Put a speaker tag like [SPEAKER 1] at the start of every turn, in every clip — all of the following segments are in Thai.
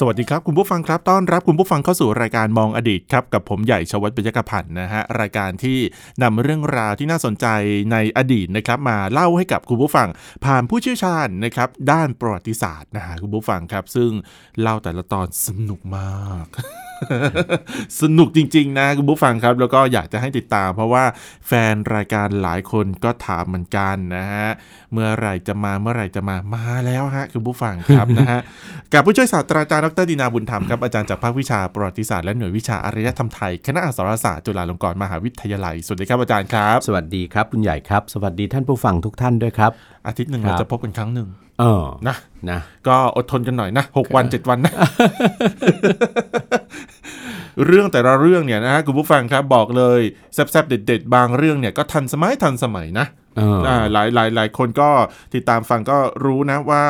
[SPEAKER 1] สวัสดีครับ คุณผู้ฟังครับต้อนรับคุณผู้ฟังเข้าสู่รายการมองอดีตครับกับผมใหญ่ชวัตปิยกพันธ์นะฮะรายการที่นำเรื่องราวที่น่าสนใจในอดีตนะครับมาเล่าให้กับคุณผู้ฟัง ผ่านผู้เชี่ยวชาญนะครับด้านประวัติศาสตร์นะฮะคุณผู้ฟังครับ ซึ่งเล่าแต่ละตอนสนุกมาก สนุกจริง ๆ นะคุณผู้ฟังครับ แล้วก็อยากจะให้ติดตาม เพราะว่าแฟนรายการหลายคนก็ถามเหมือนกันนะฮะเมื่อไหร่จะมาเมื่อไหร่จะมามาแล้วฮะคุณผู้ฟัง ครับ นะฮะกับผู้ช่วยศาสตราจารย์ดรดินาบุญธรรมครับอาจารย์จากภาควิชาประวัติศาสตร์และหน่วยวิชาอารยธรรมไทยคณะอักษรศาสตร์จุฬาลงกรณ์มหาวิทยาลัยสวัสดีครับอาจารย์ครับ
[SPEAKER 2] สวัสดีครับคุณใหญ่ครับ สวัสดีท่านผู้ฟังทุกท่านด้วยครับ
[SPEAKER 1] อาทิตย์หนึ่ง
[SPEAKER 2] ครับ
[SPEAKER 1] เราจะพบกันครั้งหนึ่ง
[SPEAKER 2] เออ
[SPEAKER 1] นะ
[SPEAKER 2] นะ
[SPEAKER 1] ก็อดทนกันหน่อยนะหกวันเจ็ดวันนะ เรื่องแต่ละเรื่องเนี่ยนะฮะคุณผู้ฟังครับบอกเลยแซ่บๆเด็ด ๆ บางเรื่องเนี่ยก็ทันสมัยทันสมัยนะ
[SPEAKER 2] เออ
[SPEAKER 1] อ่าหลายหลายหลายคนก็ติดตามฟังก็รู้นะว่า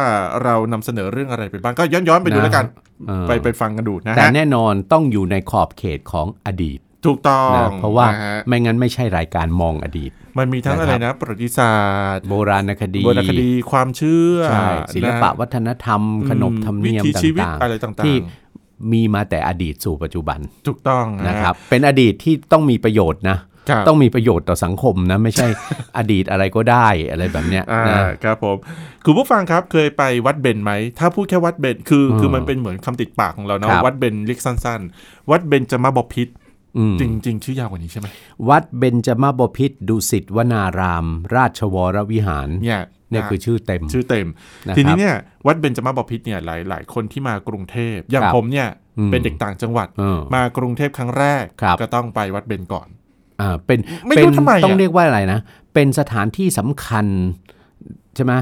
[SPEAKER 1] เรานำเสนอเรื่องอะไรไปบ้างก็ย้อนย้อนๆไปดูแล้วกัน
[SPEAKER 2] เออ
[SPEAKER 1] ไปไปฟังกันดูนะ
[SPEAKER 2] แต่
[SPEAKER 1] ฮะ
[SPEAKER 2] แน่นอนต้องอยู่ในขอบเขตของอดีต
[SPEAKER 1] ถูกต้อง
[SPEAKER 2] นะเพราะว่า
[SPEAKER 1] ฮ
[SPEAKER 2] ไม่งั้นไม่ใช่รายการมองอดีต
[SPEAKER 1] มันมีทั้ง
[SPEAKER 2] นะครับ
[SPEAKER 1] อะไรนะ ประวัติศาสตร์
[SPEAKER 2] โบราณคดี
[SPEAKER 1] โบราณคดีความเชื่อ
[SPEAKER 2] ใช่ศิลปะ
[SPEAKER 1] น
[SPEAKER 2] วัฒนธรรม ขนบธรรมเนียม
[SPEAKER 1] วิถีชีวิต
[SPEAKER 2] ต่าง
[SPEAKER 1] อะไรต่างๆ
[SPEAKER 2] ที่มีมาแต่อดีตสู่ปัจจุบัน
[SPEAKER 1] ถูกต้อง
[SPEAKER 2] นะครับ เป็นอดีตที่ต้องมีประโยชน์นะ
[SPEAKER 1] ต้
[SPEAKER 2] ต้
[SPEAKER 1] อ
[SPEAKER 2] อง งมีประโยชน์ต่อสังคมนะไม่ใช่ อดีตอะไรก็ได้อะไรแบบเนี้ย
[SPEAKER 1] อ่า
[SPEAKER 2] นะ
[SPEAKER 1] ครับผมคุณผู้ฟังครับเคยไปวัดเบนไหม ถ้าพูดแค่วัดเบนคือ
[SPEAKER 2] อืม
[SPEAKER 1] คือมันเป็นเหมือนคำติดปากของเรานะครับ วัดเบนเรียกสั้น ๆ วัดเบนจะมาบพิษ
[SPEAKER 2] อืม
[SPEAKER 1] จริง ๆ ชื่อยาวกว่านี้ใช่ไหม
[SPEAKER 2] วัดเบญจมาบพิษดุสิตวนาราม ราชวรวิหาร
[SPEAKER 1] เนี่ย
[SPEAKER 2] เนี่ย
[SPEAKER 1] ะ
[SPEAKER 2] คือชื่อเต็ม
[SPEAKER 1] ชื่อเต็ม
[SPEAKER 2] นะครับ
[SPEAKER 1] ทีนี้เนี่ยวัดเบญจมาบพิตรเนี่ยหลายหลายคนที่มากรุงเทพ อย่าง
[SPEAKER 2] ครับ
[SPEAKER 1] ผมเนี่ย
[SPEAKER 2] อืม
[SPEAKER 1] เป็นเด็กต่างจังหวัด
[SPEAKER 2] เออ
[SPEAKER 1] มากรุงเทพครั้งแรก
[SPEAKER 2] ครับ
[SPEAKER 1] ก็ต้องไปวัดเบญก่อน
[SPEAKER 2] อ่าเป็น
[SPEAKER 1] ไม่
[SPEAKER 2] เป็
[SPEAKER 1] รู้
[SPEAKER 2] น
[SPEAKER 1] ทำไมอะ
[SPEAKER 2] ต้องเรียกว่าอะไรนะ เป็นสถานที่สำคัญใช่ไหม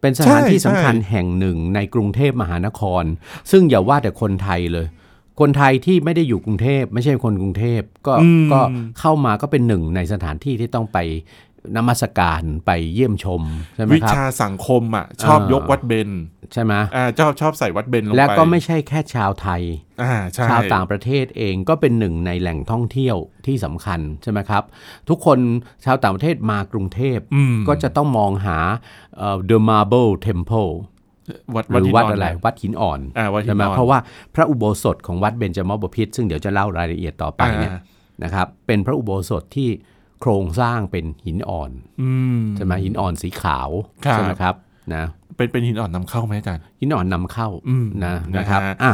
[SPEAKER 2] เป็นสถาน
[SPEAKER 1] ใช่
[SPEAKER 2] ที่สำคัญ
[SPEAKER 1] ใช่
[SPEAKER 2] แห่งหนึ่งในกรุงเทพมหานคร ซึ่งอย่าว่าแต่คนไทยเลย คนไทยที่ไม่ได้อยู่กรุงเทพไม่ใช่คนกรุงเทพก็
[SPEAKER 1] อืม
[SPEAKER 2] ก็เข้ามาก็เป็นหนึ่งในสถานที่ที่ต้องไปนมัสการไปเยี่ยมชมใช่ไหม
[SPEAKER 1] วิ
[SPEAKER 2] ครับ
[SPEAKER 1] ชาสังคมอ่ะชอบ
[SPEAKER 2] เออ
[SPEAKER 1] ยกวัดเบญ
[SPEAKER 2] ใช่ไหม
[SPEAKER 1] อ่าชอบชอบใส่วัดเบญลงไป
[SPEAKER 2] และก็ไม่ใช่แค่ชาวไทย
[SPEAKER 1] อ่าใช่
[SPEAKER 2] ชาวต่างประเทศเองก็เป็นหนึ่งในแหล่งท่องเที่ยวที่สำคัญใช่ไหมครับ ทุกคนชาวต่างประเทศมากรุงเทพ
[SPEAKER 1] อืม
[SPEAKER 2] ก็จะต้องมองหาเอ่อ The Marble Temple
[SPEAKER 1] วัด
[SPEAKER 2] หรือ
[SPEAKER 1] หิน
[SPEAKER 2] วัด
[SPEAKER 1] น
[SPEAKER 2] อะไรวัดหินอ่อน
[SPEAKER 1] อ่าวัดหิ
[SPEAKER 2] ใช่
[SPEAKER 1] น
[SPEAKER 2] ไหม
[SPEAKER 1] อ่อน
[SPEAKER 2] เพราะว่าพระอุโบสถของวัดเบญจมบพิตรซึ่งเดี๋ยวจะเล่ารายละเอียดต่อไปเนี่ย
[SPEAKER 1] อ่า
[SPEAKER 2] นะครับเป็นพระอุโบสถที่โครงสร้างเป็นหินอ่อน
[SPEAKER 1] อืม
[SPEAKER 2] ใช่ไหมหินอ่อนสีขาว
[SPEAKER 1] ครับ
[SPEAKER 2] ใช่ไหมครับนะ
[SPEAKER 1] เป็นเป็นหินอ่อนนำเข้าไหมอาจารย์
[SPEAKER 2] หินอ่อนนำเข้า
[SPEAKER 1] อืม
[SPEAKER 2] นะ
[SPEAKER 1] นะ
[SPEAKER 2] นะครับ
[SPEAKER 1] ฮะ
[SPEAKER 2] อ่ะ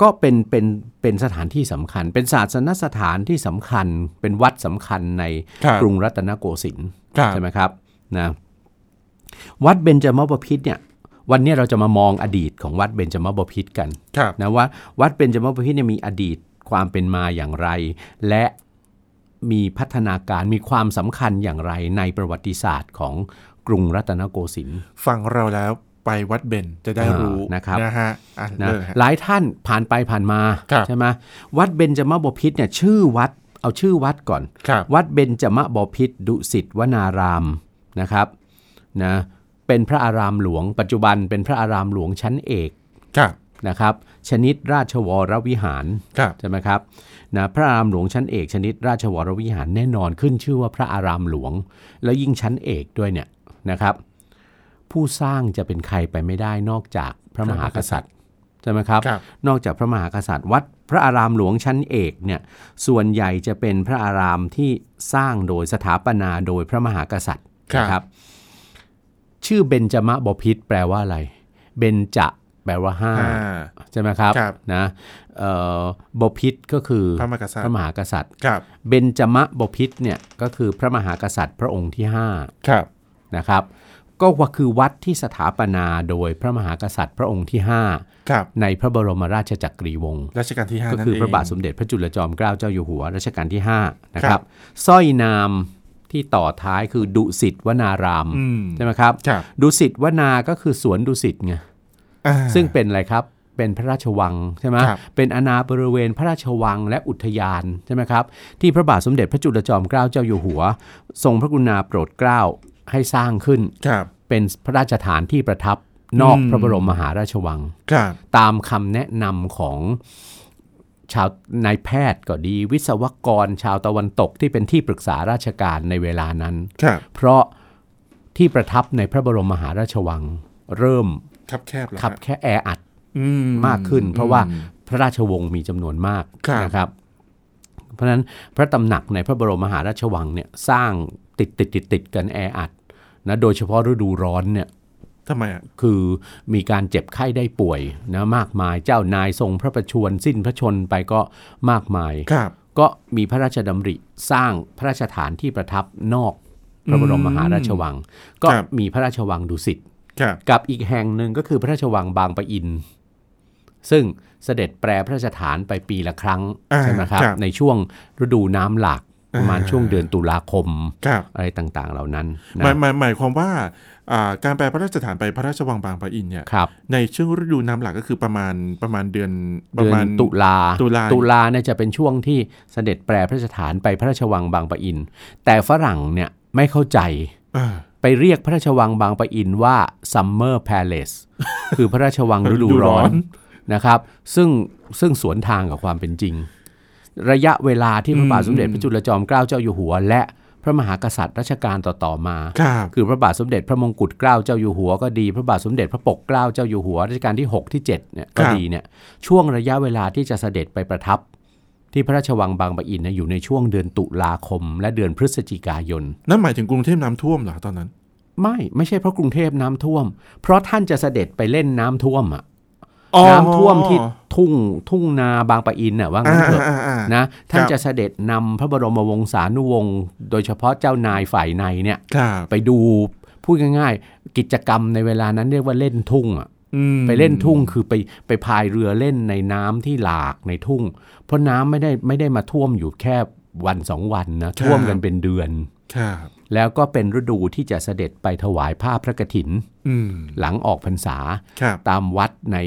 [SPEAKER 2] ก็เป็นเป็นเป็นสถานที่สำคัญ เป็นศาสนสถานที่สำคัญ เป็นวัดสำคัญใน
[SPEAKER 1] ครับ
[SPEAKER 2] กรุงรัตนโกสินทร์
[SPEAKER 1] ครับ
[SPEAKER 2] ใช่ไหมครับนะวัดเบญจมบพิตรเนี่ย วันนี้เราจะมามองอดีตของวัดเบญจมบพิตรกัน
[SPEAKER 1] ครับ
[SPEAKER 2] นะว่าวัดเบญจมบพิตรเนี่ยมีอดีตความเป็นมาอย่างไร และมีพัฒนาการมีความสำคัญอย่างไรในประวัติศาสตร์ของกรุงรัตนโกสินทร์
[SPEAKER 1] ฟังเราแล้วไปวัดเบญจะได้
[SPEAKER 2] อ่า
[SPEAKER 1] รู้
[SPEAKER 2] นะครับ
[SPEAKER 1] นะฮะอ่ะ
[SPEAKER 2] นะ
[SPEAKER 1] เริ่มฮะ
[SPEAKER 2] หลายท่านผ่านไปผ่านมา
[SPEAKER 1] ครับ
[SPEAKER 2] ใช่ไหมวัดเบญจมบพิตรเนี่ยชื่อวัดเอาชื่อวัดก่อน
[SPEAKER 1] ครับ
[SPEAKER 2] วัดเบญจมบพิตรดุสิตวนารามนะครับนะเป็นพระอารามหลวง ปัจจุบันเป็นพระอารามหลวงชั้นเอก
[SPEAKER 1] ครับ
[SPEAKER 2] นะครับ ชนิดราชวรวิหาร
[SPEAKER 1] ครับ
[SPEAKER 2] ใช่ไหมครับนะพระอารามหลวงชั้นเอก ชนิดราชวรวิหารแน่นอนขึ้นชื่อว่าพระอารามหลวง แล้วยิ่งชั้นเอกด้วยเนี่ยนะครับ ผู้สร้างจะเป็นใครไปไม่ได้นอกจากพระมหากษัตริย์ใช่ไหมครับ
[SPEAKER 1] ครับ
[SPEAKER 2] นอกจากพระมหากษัตริย์วัดพระอารามหลวงชั้นเอกเนี่ยส่วนใหญ่จะเป็นพระอารามที่สร้างโดยสถาปนาโดยพระมหากษัตริย์
[SPEAKER 1] ครับ
[SPEAKER 2] นะครับ ชื่อเบญจมบพิตรแปลว่าอะไร เบญจะแปลว่าห้า
[SPEAKER 1] อ่า
[SPEAKER 2] ใช่ไหมครับ
[SPEAKER 1] ครับ
[SPEAKER 2] นะเอ่อบพิตรก็คือ
[SPEAKER 1] พระมหากษัตริย์
[SPEAKER 2] พระมหากษัตริย์
[SPEAKER 1] ครับ
[SPEAKER 2] เบญจมบพิตรเนี่ยก็คือพระมหากษัตริย์พระองค์ที่ห้า
[SPEAKER 1] ครับ
[SPEAKER 2] นะครับก็ว่าคือวัดที่สถาปนาโดยพระมหากษัตริย์พระองค์ที่
[SPEAKER 1] ครับ
[SPEAKER 2] 5 ในพระบรมราชจักรีวงศ์
[SPEAKER 1] รัชกาลที่ห้า
[SPEAKER 2] ก็
[SPEAKER 1] นั่น
[SPEAKER 2] คือ
[SPEAKER 1] เง
[SPEAKER 2] พระบาทสมเด็จพระจุลจอมเกล้าเจ้าอยู่หัวรัชกาลที่5นะค
[SPEAKER 1] ครั
[SPEAKER 2] รับ บสร้อยนามที่ต่อท้ายคือดุสิตวนาราม
[SPEAKER 1] อืม
[SPEAKER 2] ใช่ไหมครับ
[SPEAKER 1] ครับ
[SPEAKER 2] ดุสิตวนาก็คือสวนดุสิตไง
[SPEAKER 1] อ่า
[SPEAKER 2] ซึ่งเป็นอะไรครับ เป็นพระราชวังใช่ไหม
[SPEAKER 1] ครับ
[SPEAKER 2] เป็นอาณาบริเวณพระราชวังและอุทยานใช่ไหมครับ ที่พระบาทสมเด็จพระจุลจอมเกล้าเจ้าอยู่หัว ทรงพระกรุณาโปรดเกล้าให้สร้างขึ้น
[SPEAKER 1] ครับ
[SPEAKER 2] เป็นพระราชฐานที่ประทับนอก
[SPEAKER 1] อืม
[SPEAKER 2] พระบรมมหาราชวัง
[SPEAKER 1] ครับ
[SPEAKER 2] ตามคำแนะนำของชาวนายแพทย์ก็ดี วิศวกรชาวตะวันตกที่เป็นที่ปรึกษาราชการในเวลานั้น
[SPEAKER 1] ครับ
[SPEAKER 2] เพราะที่ประทับในพระบรมมหาราชวัง เริ่ม
[SPEAKER 1] ครับแคบแล้ว
[SPEAKER 2] ขับแค่แออัด
[SPEAKER 1] อืม
[SPEAKER 2] มากขึ้น เพราะว่าพระราชวงศ์มีจำนวนมาก
[SPEAKER 1] ครับ
[SPEAKER 2] นะครับ เพราะฉะนั้นพระตำหนักในพระบรมมหาราชวังเนี่ยสร้างติดติดติดติดๆกันแออัดนะโดยเฉพาะฤดูร้อนเนี่ย
[SPEAKER 1] ทำไมอ่ะ
[SPEAKER 2] คือมีการเจ็บไข้ได้ป่วยนะมากมายเจ้านายทรงพระประชวรสิ้นพระชนไปก็มากมาย
[SPEAKER 1] ครับ
[SPEAKER 2] ก็มีพระราชดำริสร้างพระราชฐานที่ประทับนอกพระบรมมหาราชวัง ก็
[SPEAKER 1] ครับ
[SPEAKER 2] มีพระราชวังดุสิต
[SPEAKER 1] ครับ
[SPEAKER 2] กับอีกแห่งหนึ่งก็คือพระราชวังบางปะอิน ซึ่งเสด็จแปรพระราชฐานไปปีละครั้ง
[SPEAKER 1] อ่า
[SPEAKER 2] ใช่ไหมครับ
[SPEAKER 1] ครับ
[SPEAKER 2] ในช่วงฤดูน้ำหลากประมาณ
[SPEAKER 1] อ่า
[SPEAKER 2] ช่วงเดือนตุลาคม
[SPEAKER 1] ครับ
[SPEAKER 2] อะไรต่างๆ เหล่านั้น
[SPEAKER 1] หมาย
[SPEAKER 2] นะ
[SPEAKER 1] หมายหมายความว่าอ่าการแปลพระราชฐานไปพระราชวังบางปะอินเนี่ย
[SPEAKER 2] ครับ
[SPEAKER 1] ในช่วงฤดูน้ำหลากก็คือประมาณประมาณเดือนประ
[SPEAKER 2] เดือน
[SPEAKER 1] มาณ
[SPEAKER 2] ตุลา
[SPEAKER 1] ตุลา
[SPEAKER 2] ลาเนี่ยจะเป็นช่วงที่เสด็จแปรพระราชฐานไปพระราชวังบางปะอิน แต่ฝรั่งเนี่ยไม่เข้าใจ
[SPEAKER 1] อ่า
[SPEAKER 2] ไปเรียกพระราชวังบางปะอินว่า Summer Palace คือพระราชวังฤดู
[SPEAKER 1] ฤดูร้
[SPEAKER 2] ร้
[SPEAKER 1] อ
[SPEAKER 2] อน นนะครับ ซึ่งซึ่งสวนทางกับความเป็นจริง ระยะเวลาที่พระบาทสมเด็จพระจุลจอมเกล้าเจ้าอยู่หัว และพระมหากษัตริย์รัชกาลต่อๆมา
[SPEAKER 1] ครับ
[SPEAKER 2] คือพระบาทสมเด็จพระมงกุฎเกล้าเจ้าอยู่หัวก็ดี พระบาทสมเด็จพระปกเกล้าเจ้าอยู่หัวรัชกาลที่ 6 ที่ 7เนี่ยก็
[SPEAKER 1] ครับ
[SPEAKER 2] ดีเนี่ยช่วงระยะเวลาที่จะเสด็จไปประทับ ที่พระราชวังบางปะอินเนยอยู่ในช่วงเดือนตุลาคม และเดือนพฤศจิกายน
[SPEAKER 1] นั่นหมายถึงกรุงเทพน้ำท่วมเหรอตอนนั้น
[SPEAKER 2] ไม่ไม่ใช่เพราะกรุงเทพน้ำท่วม เพราะท่านจะเสด็จไปเล่นน้ำท่วมอะน้ำท่วมที่ทุ่งทุ่งนาบางปะอินน่ะว่างั้นเถอะ
[SPEAKER 1] อ่าอ่าอ่าอ่าน
[SPEAKER 2] นะท่าน
[SPEAKER 1] ครับ
[SPEAKER 2] จะเสด็จนำพระบรมวงศานุวงศ์โดยเฉพาะเจ้านายฝ่ายในเนี่ย
[SPEAKER 1] ครับ
[SPEAKER 2] ไปดูพูดง่ายๆ กิจกรรมในเวลานั้นเรียกว่าเล่นทุ่งอะ
[SPEAKER 1] อืม
[SPEAKER 2] ไปเล่นทุ่งคือไปไปพายเรือเล่นในน้ำที่หลากในทุ่ง เพราะน้ำไม่ได้ไม่ได้มาท่วมอยู่แค่วันสองวันนะท่วมกันเป็นเดือน
[SPEAKER 1] ครับ
[SPEAKER 2] แล้วก็เป็นฤดูที่จะเสด็จไปถวายผ้าพระกฐิน
[SPEAKER 1] อืม
[SPEAKER 2] หลังออกพรรษา
[SPEAKER 1] ครับ
[SPEAKER 2] ตามวัดใน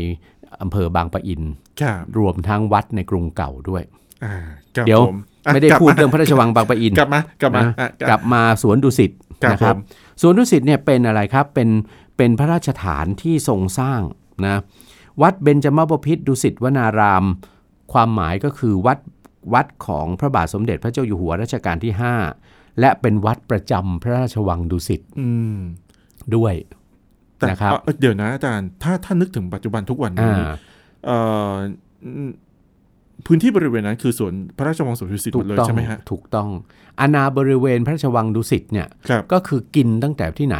[SPEAKER 2] อำเภอบางปะอิน
[SPEAKER 1] ครับ
[SPEAKER 2] รวมทั้งวัดในกรุงเก่าด้วย
[SPEAKER 1] อ่าครับ
[SPEAKER 2] เดี๋ยว
[SPEAKER 1] ผมอ่ะ
[SPEAKER 2] ไม่ได้
[SPEAKER 1] กลับ
[SPEAKER 2] พูดเรื่องพระราชวังบางปะอิน
[SPEAKER 1] กลับมากลับมา
[SPEAKER 2] นะ
[SPEAKER 1] อ่ะ
[SPEAKER 2] กลับมาสวนดุสิต
[SPEAKER 1] ครับ
[SPEAKER 2] นะครับ
[SPEAKER 1] ผม
[SPEAKER 2] สวนดุสิตเนี่ยเป็นอะไรครับเป็นเป็นพระราชฐานที่ทรงสร้างนะวัดเบญจมบพิตรดุสิตวนาราม ความหมายก็คือวัดวัดของพระบาทสมเด็จพระเจ้าอยู่หัวรัชกาลที่ 5 และเป็นวัดประจำพระราชวังดุสิต
[SPEAKER 1] อืม
[SPEAKER 2] ด้วย
[SPEAKER 1] แต่
[SPEAKER 2] นะครับ
[SPEAKER 1] เอ่อเดี๋ยวนะอาจารย์ถ้าถ้านึกถึงปัจจุบันทุกวัน
[SPEAKER 2] อ่า
[SPEAKER 1] นี้เอ่ออืมพื้นที่บริเวณนั้นคือสวนพระราชวังสวนดุสิตห
[SPEAKER 2] ถู
[SPEAKER 1] ม
[SPEAKER 2] ก
[SPEAKER 1] ดเลย
[SPEAKER 2] ต้อง
[SPEAKER 1] ใช่ไหมฮะ
[SPEAKER 2] ถูกต้องอาณาบริเวณพระราชวังดุสิตเนี่ย
[SPEAKER 1] ครับ
[SPEAKER 2] ก็คือกินตั้งแต่ที่ไหน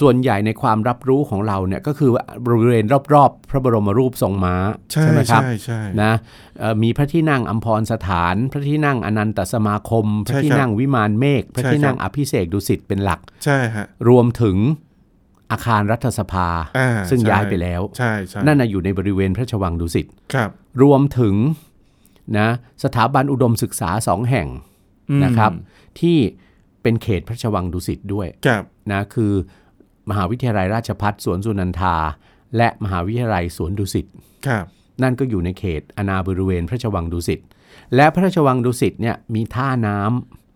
[SPEAKER 2] ส่วนใหญ่ในความรับรู้ของเราเนี่ยก็คือบริเวณรอบๆ พระบรมรูปทรงม้า
[SPEAKER 1] ใช่
[SPEAKER 2] ไหมครับ
[SPEAKER 1] ใช่ใช่
[SPEAKER 2] นะเอ่อมีพระที่นั่งอัมพรสถาน พระที่นั่งอนันตสมาคม พระ
[SPEAKER 1] ใช่ครับ
[SPEAKER 2] ที่นั่งวิมานเมฆพระ
[SPEAKER 1] ใช่
[SPEAKER 2] ที่นั่
[SPEAKER 1] ค
[SPEAKER 2] ง
[SPEAKER 1] รับ
[SPEAKER 2] อภิเษกดุสิตเป็นหลัก
[SPEAKER 1] ใช่ฮะ
[SPEAKER 2] รวมถึงอาคารรัฐสภา
[SPEAKER 1] อ่า
[SPEAKER 2] ซึ่ง
[SPEAKER 1] ใช่
[SPEAKER 2] ย้ายไปแล้ว
[SPEAKER 1] ใช่ใช่
[SPEAKER 2] นั่นนะอยู่ในบริเวณพระราชวังดุสิต
[SPEAKER 1] ครับ
[SPEAKER 2] รวมถึงนะสถาบันอุดมศึกษาสองแห่ง
[SPEAKER 1] อืม
[SPEAKER 2] นะครับ ที่เป็นเขตพระราชวังดุสิตด้วย
[SPEAKER 1] ครับ
[SPEAKER 2] นะคือมหาวิทยาลัยราชพัฒสวนสุนันทา และมหาวิทยาลัยสวนดุสิต
[SPEAKER 1] ครับ
[SPEAKER 2] นั่นก็อยู่ในเขตอาณาบริเวณพระราชวังดุสิตและพระราชวังดุสิตเนี่ยมีท่าน้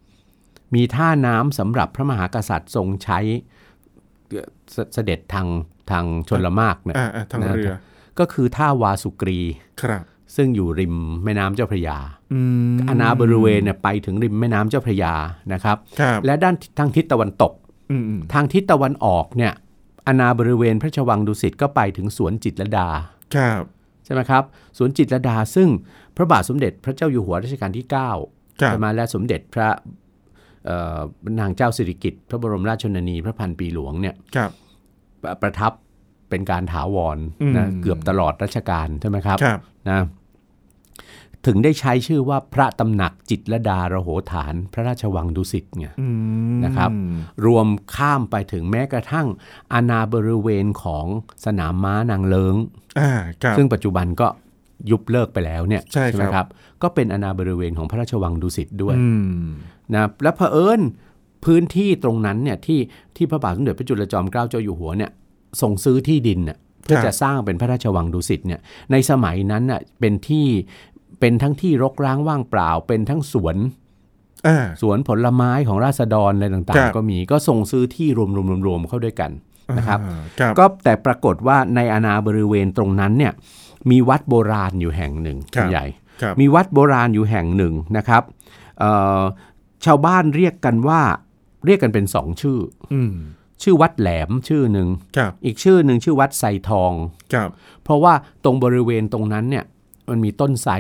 [SPEAKER 2] ำมีท่าน้ำสำหรับพระมหากษัตริย์ทรงใช้เอ่อเสเสด็จทางทางชนละมากเนี่ย
[SPEAKER 1] อ่าอ่าทางเรือ
[SPEAKER 2] ก็คือท่าวาสุกรี
[SPEAKER 1] ครับ
[SPEAKER 2] ซึ่งอยู่ริมแม่น้ำเจ้าพระยา
[SPEAKER 1] อืม
[SPEAKER 2] อาณาบริเวณเนี่ยไปถึงริมแม่น้ำเจ้าพระยานะครับ
[SPEAKER 1] ครับ
[SPEAKER 2] และด้านทางทิศตะวันตก
[SPEAKER 1] อืมอืม
[SPEAKER 2] ทางทิศตะวันออกเนี่ยอาณาบริเวณพระราชวังดุสิตก็ไปถึงสวนจิตรลดา
[SPEAKER 1] ครับ
[SPEAKER 2] ใช่ไหมครับสวนจิตรลดาซึ่งพระบาทสมเด็จพระเจ้าอยู่หัวรัชกาลที่9
[SPEAKER 1] ครับ
[SPEAKER 2] ใช่ไหมและสมเด็จพระเอ่อนางเจ้าสิริกิติ์พระบรมราชชนนี พระพันปีหลวงเนี่ย
[SPEAKER 1] ครับ
[SPEAKER 2] ประประทับเป็นการถาวร
[SPEAKER 1] อืม
[SPEAKER 2] นะเกือบตลอดรัชกาลใช่ไหมครับ
[SPEAKER 1] ครับ
[SPEAKER 2] นะถึงได้ใช้ชื่อว่าพระตำหนักจิตรลดาระโหฐาน พระราชวังดุสิตไง
[SPEAKER 1] อืม
[SPEAKER 2] นะครับ รวมข้ามไปถึงแม้กระทั่งอาณาบริเวณของสนามม้านางเลิง
[SPEAKER 1] อ่าครับ
[SPEAKER 2] ซึ่งปัจจุบันก็ยุบเลิกไปแล้วเนี่ย
[SPEAKER 1] ใช่ครับ
[SPEAKER 2] ไหมครับ ก็เป็นอาณาบริเวณของพระราชวังดุสิตด้วย
[SPEAKER 1] อืม
[SPEAKER 2] นะและเผอิญพื้นที่ตรงนั้นเนี่ยที่ที่พระบาทสมเด็จพระจุลจอมเกล้าเจ้าอยู่หัวเนี่ยส่งซื้อที่ดินน่ะ เพื่อ
[SPEAKER 1] ครับ
[SPEAKER 2] จะสร้างเป็นพระราชวังดุสิตเนี่ยในสมัยนั้นน่ะเป็นที่เป็นทั้งที่รกร้างว่างเปล่า เป็นทั้งสวน
[SPEAKER 1] อ่า
[SPEAKER 2] สวนผลไม้ของราษฎรอะไรต่าง
[SPEAKER 1] ครับ
[SPEAKER 2] ๆ ก็มีก็ส่งซื้อที่รวมๆๆๆเข้าด้วยกันนะครับ
[SPEAKER 1] อ่าครับ
[SPEAKER 2] ก็แต่ปรากฏว่าในอาณาบริเวณตรงนั้นเนี่ยมีวัดโบราณอยู่แห่งหนึ่ง
[SPEAKER 1] ครับ
[SPEAKER 2] ณใหญ่
[SPEAKER 1] ครับ
[SPEAKER 2] มีวัดโบราณอยู่แห่งหนึ่งนะครับเอ่อชาวบ้านเรียกกันว่าเรียกกันเป็นสองชื่อ
[SPEAKER 1] อืม
[SPEAKER 2] ชื่อวัดแหลมชื่อหนึ่ง
[SPEAKER 1] ครับ
[SPEAKER 2] อีกชื่อหนึ่งชื่อวัดไซทอง
[SPEAKER 1] ครับ
[SPEAKER 2] เพราะว่าตรงบริเวณตรงนั้นเนี่ยมันมีต้นไทร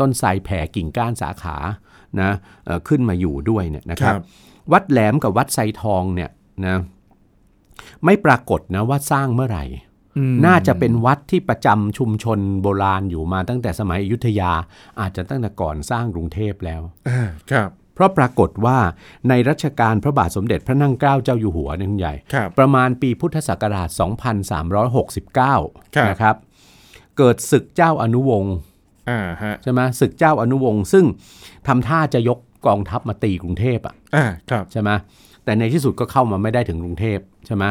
[SPEAKER 2] ต้นไทรแผ่กิ่งก้านสาขานะเอ่อขึ้นมาอยู่ด้วยเนี่ยนะ
[SPEAKER 1] ค
[SPEAKER 2] ค
[SPEAKER 1] รั
[SPEAKER 2] รับ บ วัดแหลมกับวัดไซทองเนี่ยนะไม่ปรากฏนะว่าสร้างเมื่อไหร่
[SPEAKER 1] อืม
[SPEAKER 2] น่าจะเป็นวัดที่ประจำชุมชนโบราณอยู่มาตั้งแต่สมัยอยุธยา อาจจะตั้งแต่ก่อนสร้างกรุงเทพแล้ว
[SPEAKER 1] อ่าครับ
[SPEAKER 2] เพราะปรากฏว่าในรัชกาลพระบาทสมเด็จพระนั่งเกล้าเจ้าอยู่หัวเนี่ยคุณใหญ่
[SPEAKER 1] ครับ
[SPEAKER 2] ประมาณปีพุทธศักราช
[SPEAKER 1] ครับ
[SPEAKER 2] 2369 นะครับ เกิดศึกเจ้าอนุวงศ์
[SPEAKER 1] อ่าฮะ
[SPEAKER 2] ใช่ไหมศึกเจ้าอนุวงศ์ซึ่งทำท่าจะยกกองทัพมาตีกรุงเทพอ่ะ
[SPEAKER 1] อ่าครับ
[SPEAKER 2] ใช่ไหมแต่ในที่สุดก็เข้ามาไม่ได้ถึงกรุงเทพใช่ไหม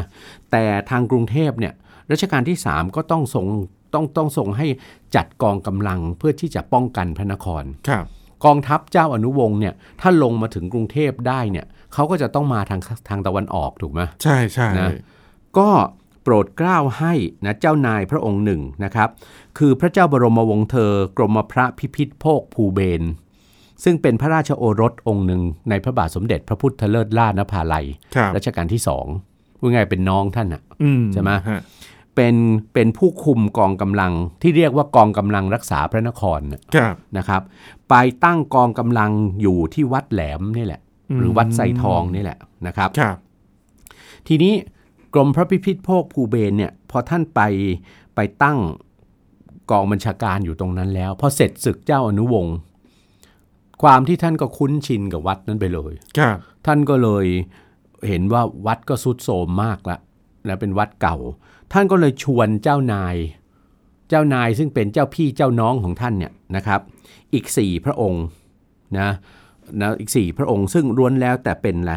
[SPEAKER 2] แต่ทางกรุงเทพเนี่ยรัชกาลที่ 3 ก็ต้องทรงต้องต้องทรงให้จัดกองกำลังเพื่อที่จะป้องกันพระนคร
[SPEAKER 1] ครับ
[SPEAKER 2] กองทัพเจ้าอนุวงศ์เนี่ยถ้าลงมาถึงกรุงเทพได้เนี่ยเขาก็จะต้องมาทางทางตะวันออกถูกไหม
[SPEAKER 1] ใช่ใช่
[SPEAKER 2] นะ ก็โปรดเกล้าให้นะเจ้านายพระองค์หนึ่งนะครับ คือพระเจ้าบรมวงศ์เธอกรมพระพิพิธโภคภูเบน ซึ่งเป็นพระราชโอรสองค์หนึ่งในพระบาทสมเด็จพระพุทธเลิศล่านภาลัย
[SPEAKER 1] ครับ
[SPEAKER 2] รัชกาลที่สองพูดง่ายๆเป็นน้องท่านอะ
[SPEAKER 1] อืม
[SPEAKER 2] ใช่ไหม
[SPEAKER 1] ฮะ
[SPEAKER 2] เป็นเป็นผู้คุมกองกำลังที่เรียกว่ากองกำลังรักษาพระนครน่ะ
[SPEAKER 1] ครับ
[SPEAKER 2] นะครับ ไปตั้งกองกำลังอยู่ที่วัดแหลมนี่แหละ หรือวัดไซทองนี่แหละนะครับ
[SPEAKER 1] ครับ
[SPEAKER 2] ทีนี้กรมพระพิพิธโภคภูเบนเนี่ยพอท่านไปไปตั้งกองบัญชาการอยู่ตรงนั้นแล้ว พอเสร็จศึกเจ้าอนุวงศ์ความที่ท่านก็คุ้นชินกับวัดนั้นไปเลย
[SPEAKER 1] ครับ
[SPEAKER 2] ท่านก็เลยเห็นว่าวัดก็สุดโทรมมากละนะเป็นวัดเก่า ท่านก็เลยชวนเจ้านาย เจ้านายซึ่งเป็นเจ้าพี่เจ้าน้องของท่านเนี่ยนะครับ อีกสี่พระองค์นะนะอีกสี่พระองค์ซึ่งล้วนแล้วแต่เป็นอะไร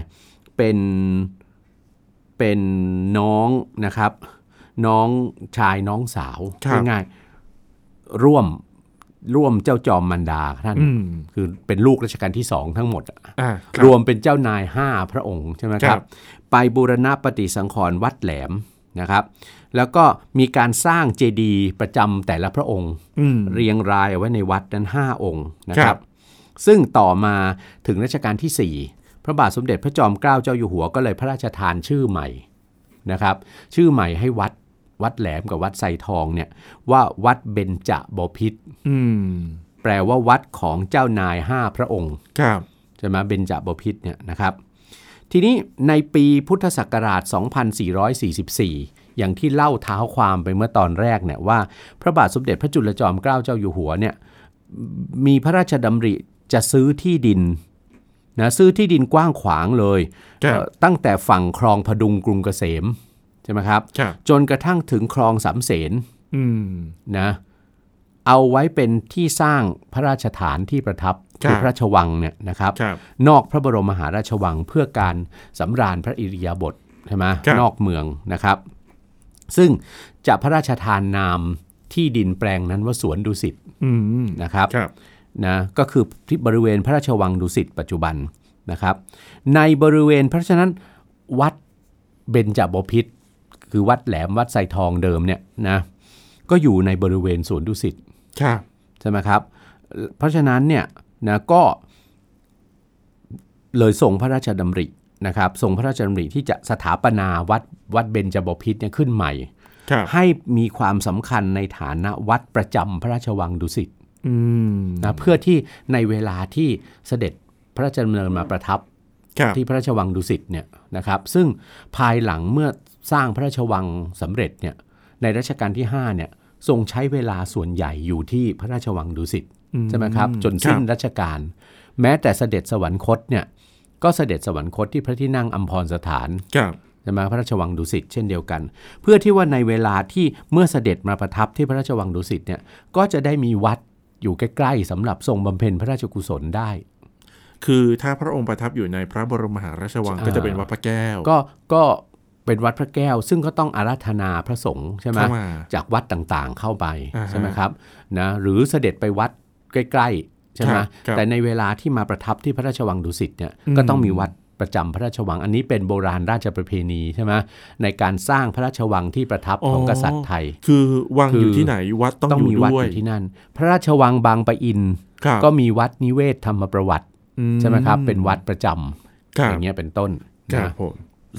[SPEAKER 2] เป็นเป็นน้องนะครับ น้องชายน้องสาว
[SPEAKER 1] ครับ
[SPEAKER 2] ง่ายๆร่วมร่วมเจ้าจอมมันดาท่าน
[SPEAKER 1] อืม
[SPEAKER 2] คือเป็นลูกรัชกาลที่สองทั้งหมดอะ
[SPEAKER 1] อ่าคบ
[SPEAKER 2] รวมเป็นเจ้านาย 5 พระองค์ใช่ไหมค
[SPEAKER 1] ครั
[SPEAKER 2] รับ บ ไปบูรณะปฏิสังขรณ์วัดแหลมนะครับ แล้วก็มีการสร้างเจดีย์ประจำแต่ละพระองค์
[SPEAKER 1] อืม
[SPEAKER 2] เรียงรายเอาไว้ในวัดนั้น 5 องค์นะ
[SPEAKER 1] ค
[SPEAKER 2] ค
[SPEAKER 1] รั
[SPEAKER 2] รับ บ ซึ่งต่อมาถึงรัชกาลที่ 4 พระบาทสมเด็จพระจอมเกล้าเจ้าอยู่หัวก็เลยพระราชทานชื่อใหม่นะครับ ชื่อใหม่ให้วัดวัดแหลมกับวัดไซทองเนี่ยว่าวัดเบญจบพิตร
[SPEAKER 1] อืม
[SPEAKER 2] แปลว่าวัดของเจ้านาย 5 พระองค์
[SPEAKER 1] ครับ
[SPEAKER 2] ใช่ไหมเบญจบพิตรเนี่ยนะครับ ทีนี้ในปีพุทธศักราช 2444 อย่างที่เล่าเท้าความไปเมื่อตอนแรกเนี่ยว่า พระบาทสมเด็จพระจุลจอมเกล้าเจ้าอยู่หัวเนี่ยมีพระราชดำริจะซื้อที่ดินนะซื้อที่ดินกว้างขวางเลย
[SPEAKER 1] ครับ
[SPEAKER 2] เอ่อตั้งแต่ฝั่งคลองพดุงกรุงเกษมใช่ไหมครับ
[SPEAKER 1] ครับ
[SPEAKER 2] จนกระทั่งถึงคลองสามเสน
[SPEAKER 1] อืม
[SPEAKER 2] นะเอาไว้เป็นที่สร้างพระราชฐานที่ประทับ
[SPEAKER 1] ครับ
[SPEAKER 2] พระราชวังเนี่ยนะครับ
[SPEAKER 1] ครับ
[SPEAKER 2] นอกพระบรมมหาราชวังเพื่อการสำราญพระอิริยาบถใช่ไหมนอกเมืองนะครับ ซึ่งจะพระราชทานนามที่ดินแปลงนั้นว่าสวนดุสิต
[SPEAKER 1] อืม
[SPEAKER 2] นะครับ
[SPEAKER 1] ครับ
[SPEAKER 2] นะก็คือที่บริเวณพระราชวังดุสิตปัจจุบันนะครับ ในบริเวณเพราะฉะนั้นวัดเบญจบพิตรคือวัดแหลมวัดไซทองเดิมเนี่ยนะก็อยู่ในบริเวณสวนดุสิต
[SPEAKER 1] ครับ
[SPEAKER 2] ใช่ไหมครับ เพราะฉะนั้นเนี่ยนะก็เลยส่งพระราชดำรินะครับส่งพระราชดำริที่จะสถาปนาวัดวัดเบญจบพิตรเนี่ยขึ้นใหม่
[SPEAKER 1] ครับ
[SPEAKER 2] ให้มีความสำคัญในฐานะวัดประจำพระราชวังดุสิต
[SPEAKER 1] อืม
[SPEAKER 2] นะเพื่อที่ในเวลาที่เสด็จพระราชดำเนินมาประทับ
[SPEAKER 1] ครับ
[SPEAKER 2] ที่พระราชวังดุสิตเนี่ยนะครับ ซึ่งภายหลังเมื่อสร้างพระราชวังสำเร็จเนี่ยในรัชกาลที่ห้าเนี่ยทรงใช้เวลาส่วนใหญ่อยู่ที่พระราชวังดุสิต
[SPEAKER 1] อื
[SPEAKER 2] ใช่ไหมครับจนสิ้น
[SPEAKER 1] ครับ
[SPEAKER 2] รัชกาลแม้แต่เสด็จสวรรคตเนี่ยก็เสด็จสวรรคตที่พระที่นั่งอัมพรสถาน
[SPEAKER 1] ครับ
[SPEAKER 2] ใช่ไหมพระราชวังดุสิตเช่นเดียวกัน เพื่อที่ว่าในเวลาที่เมื่อเสด็จมาประทับที่พระราชวังดุสิตเนี่ยก็จะได้มีวัดอยู่ใกล้ๆสำหรับทรงบำเพ็ญพระราชกุศลได้
[SPEAKER 1] คือถ้าพระองค์ประทับอยู่ในพระบรมมหาราชวัง
[SPEAKER 2] อ่า
[SPEAKER 1] ก็จะเป็นวัดพระแก้ว
[SPEAKER 2] ก็ก็ เป็นวัดพระแก้ว ซึ่งก็ต้องอาราธนาพระสงฆ์ใช่ไหม
[SPEAKER 1] เข้ามา
[SPEAKER 2] จากวัดต่างๆเข้าไป
[SPEAKER 1] อ่าฮะ
[SPEAKER 2] ใช่ไหมครับนะหรือเสด็จไปวัดใกล้ๆใช่ไหม
[SPEAKER 1] ครับครับ
[SPEAKER 2] แต่ในเวลาที่มาประทับที่พระราชวังดุสิตเนี่ย
[SPEAKER 1] อืม
[SPEAKER 2] ก็ต้องมีวัดประจำพระราชวัง อันนี้เป็นโบราณราชประเพณีใช่ไหมในการสร้างพระราชวังที่ประทับของกษัตริย์ไทย
[SPEAKER 1] คือวัง
[SPEAKER 2] คือ
[SPEAKER 1] อ
[SPEAKER 2] อ
[SPEAKER 1] ยู่ที่ไหนวัดต้อง
[SPEAKER 2] ต้อง
[SPEAKER 1] อยู่
[SPEAKER 2] มีวัด
[SPEAKER 1] ด้ว
[SPEAKER 2] อย ยู่ที่นั่น พระราชวังบางปะอิน
[SPEAKER 1] ครับ
[SPEAKER 2] ก็มีวัดนิเวศธรรมประวัติ
[SPEAKER 1] อื
[SPEAKER 2] ใช่ไหมครับเป็นวัดประจำ
[SPEAKER 1] ครั
[SPEAKER 2] อบ ย่างเงี้ยเป็นต้น
[SPEAKER 1] ครั
[SPEAKER 2] นะ
[SPEAKER 1] บผม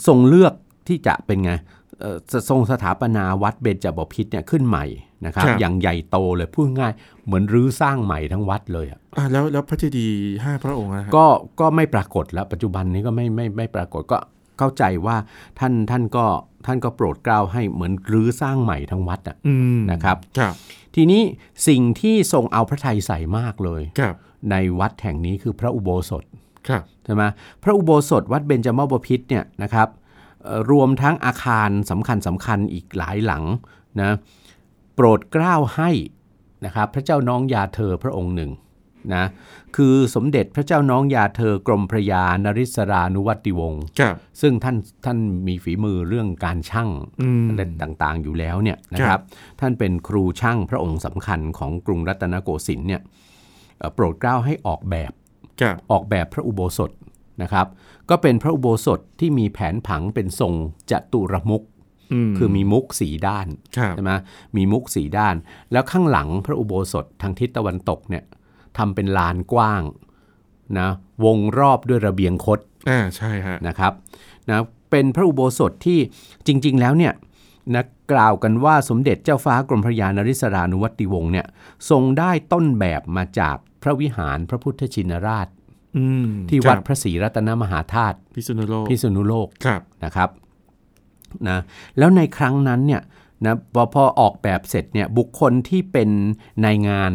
[SPEAKER 2] ทรงเลือกที่จะเป็นไงเอ่อทรงสถาปนาวัดเบญจบพิตรเนี่ยขึ้นใหม่นะครับ อย่างใหญ่โตเลยพูดง่ายเหมือนรื้อสร้างใหม่ทั้งวัดเลยอะ
[SPEAKER 1] อ่ะแล้วแล้วพระเจดีย์ห้าพระองค์นะฮะ
[SPEAKER 2] ก็ก็ไม่ปรากฏแล้วปัจจุบันนี้ก็ไม่ไม่ไม่ปรากฏก็เข้าใจว่าท่านท่านก็ท่านก็โปรดเกล้าให้เหมือนรื้อสร้างใหม่ทั้งวัดอะ
[SPEAKER 1] อืม
[SPEAKER 2] นะครับ
[SPEAKER 1] ครับ
[SPEAKER 2] ทีนี้สิ่งที่ทรงเอาพระไทยใส่มากเลย
[SPEAKER 1] ครับ
[SPEAKER 2] ในวัดแห่งนี้คือพระอุโบสถ
[SPEAKER 1] ครับ
[SPEAKER 2] ใช่ไหมพระอุโบสถวัดเบญจมาบพิตรเนี่ยนะครับเอ่อรวมทั้งอาคารสำคัญสำคัญอีกหลายหลังนะโปรดเกล้าให้นะครับพระเจ้าน้องยาเธอพระองค์หนึ่งนะคือสมเด็จพระเจ้าน้องยาเธอกรมพระยานริศรานุวัติวงศ์
[SPEAKER 1] ครับ
[SPEAKER 2] ซึ่งท่านท่านมีฝีมือเรื่องการช่าง
[SPEAKER 1] อืม
[SPEAKER 2] อะไรต่างๆอยู่แล้วเนี่ยนะค
[SPEAKER 1] ครั
[SPEAKER 2] รับบ ท่านเป็นครูช่างพระองค์สำคัญของกรุงรัตนโกสินทร์เนี่ยเอ่อโปรดเกล้าให้ออกแบบ
[SPEAKER 1] ครับ
[SPEAKER 2] ออกแบบพระอุโบสถนะครับ ก็เป็นพระอุโบสถที่มีแผนผังเป็นทรงจตุรมุก
[SPEAKER 1] อืม
[SPEAKER 2] คือมีมุกสีด้าน
[SPEAKER 1] ครับ
[SPEAKER 2] ใช่ไหมมีมุกสีด้าน แล้วข้างหลังพระอุโบสถทางทิศตะวันตกเนี่ยทำเป็นลานกว้างนะวงรอบด้วยระเบียงคด
[SPEAKER 1] อ่าใช่ฮะ
[SPEAKER 2] นะครับนะเป็นพระอุโบสถที่จริง ๆ แล้วเนี่ยนะกล่าวกันว่าสมเด็จเจ้าฟ้ากรมพระยานริศรานุวัติวงศ์เนี่ยทรงได้ต้นแบบมาจากพระวิหารพระพุทธชินราช
[SPEAKER 1] อืม
[SPEAKER 2] ที่วัด
[SPEAKER 1] ค
[SPEAKER 2] พ
[SPEAKER 1] รับ
[SPEAKER 2] ระศรีรัตนมหาธาตุ
[SPEAKER 1] พิษณุโลก
[SPEAKER 2] พิษณุโลก
[SPEAKER 1] ครับ
[SPEAKER 2] นะครับนะแล้วในครั้งนั้นเนี่ยนะพอพอออกแบบเสร็จเนี่ยบุคคลที่เป็นในายงาน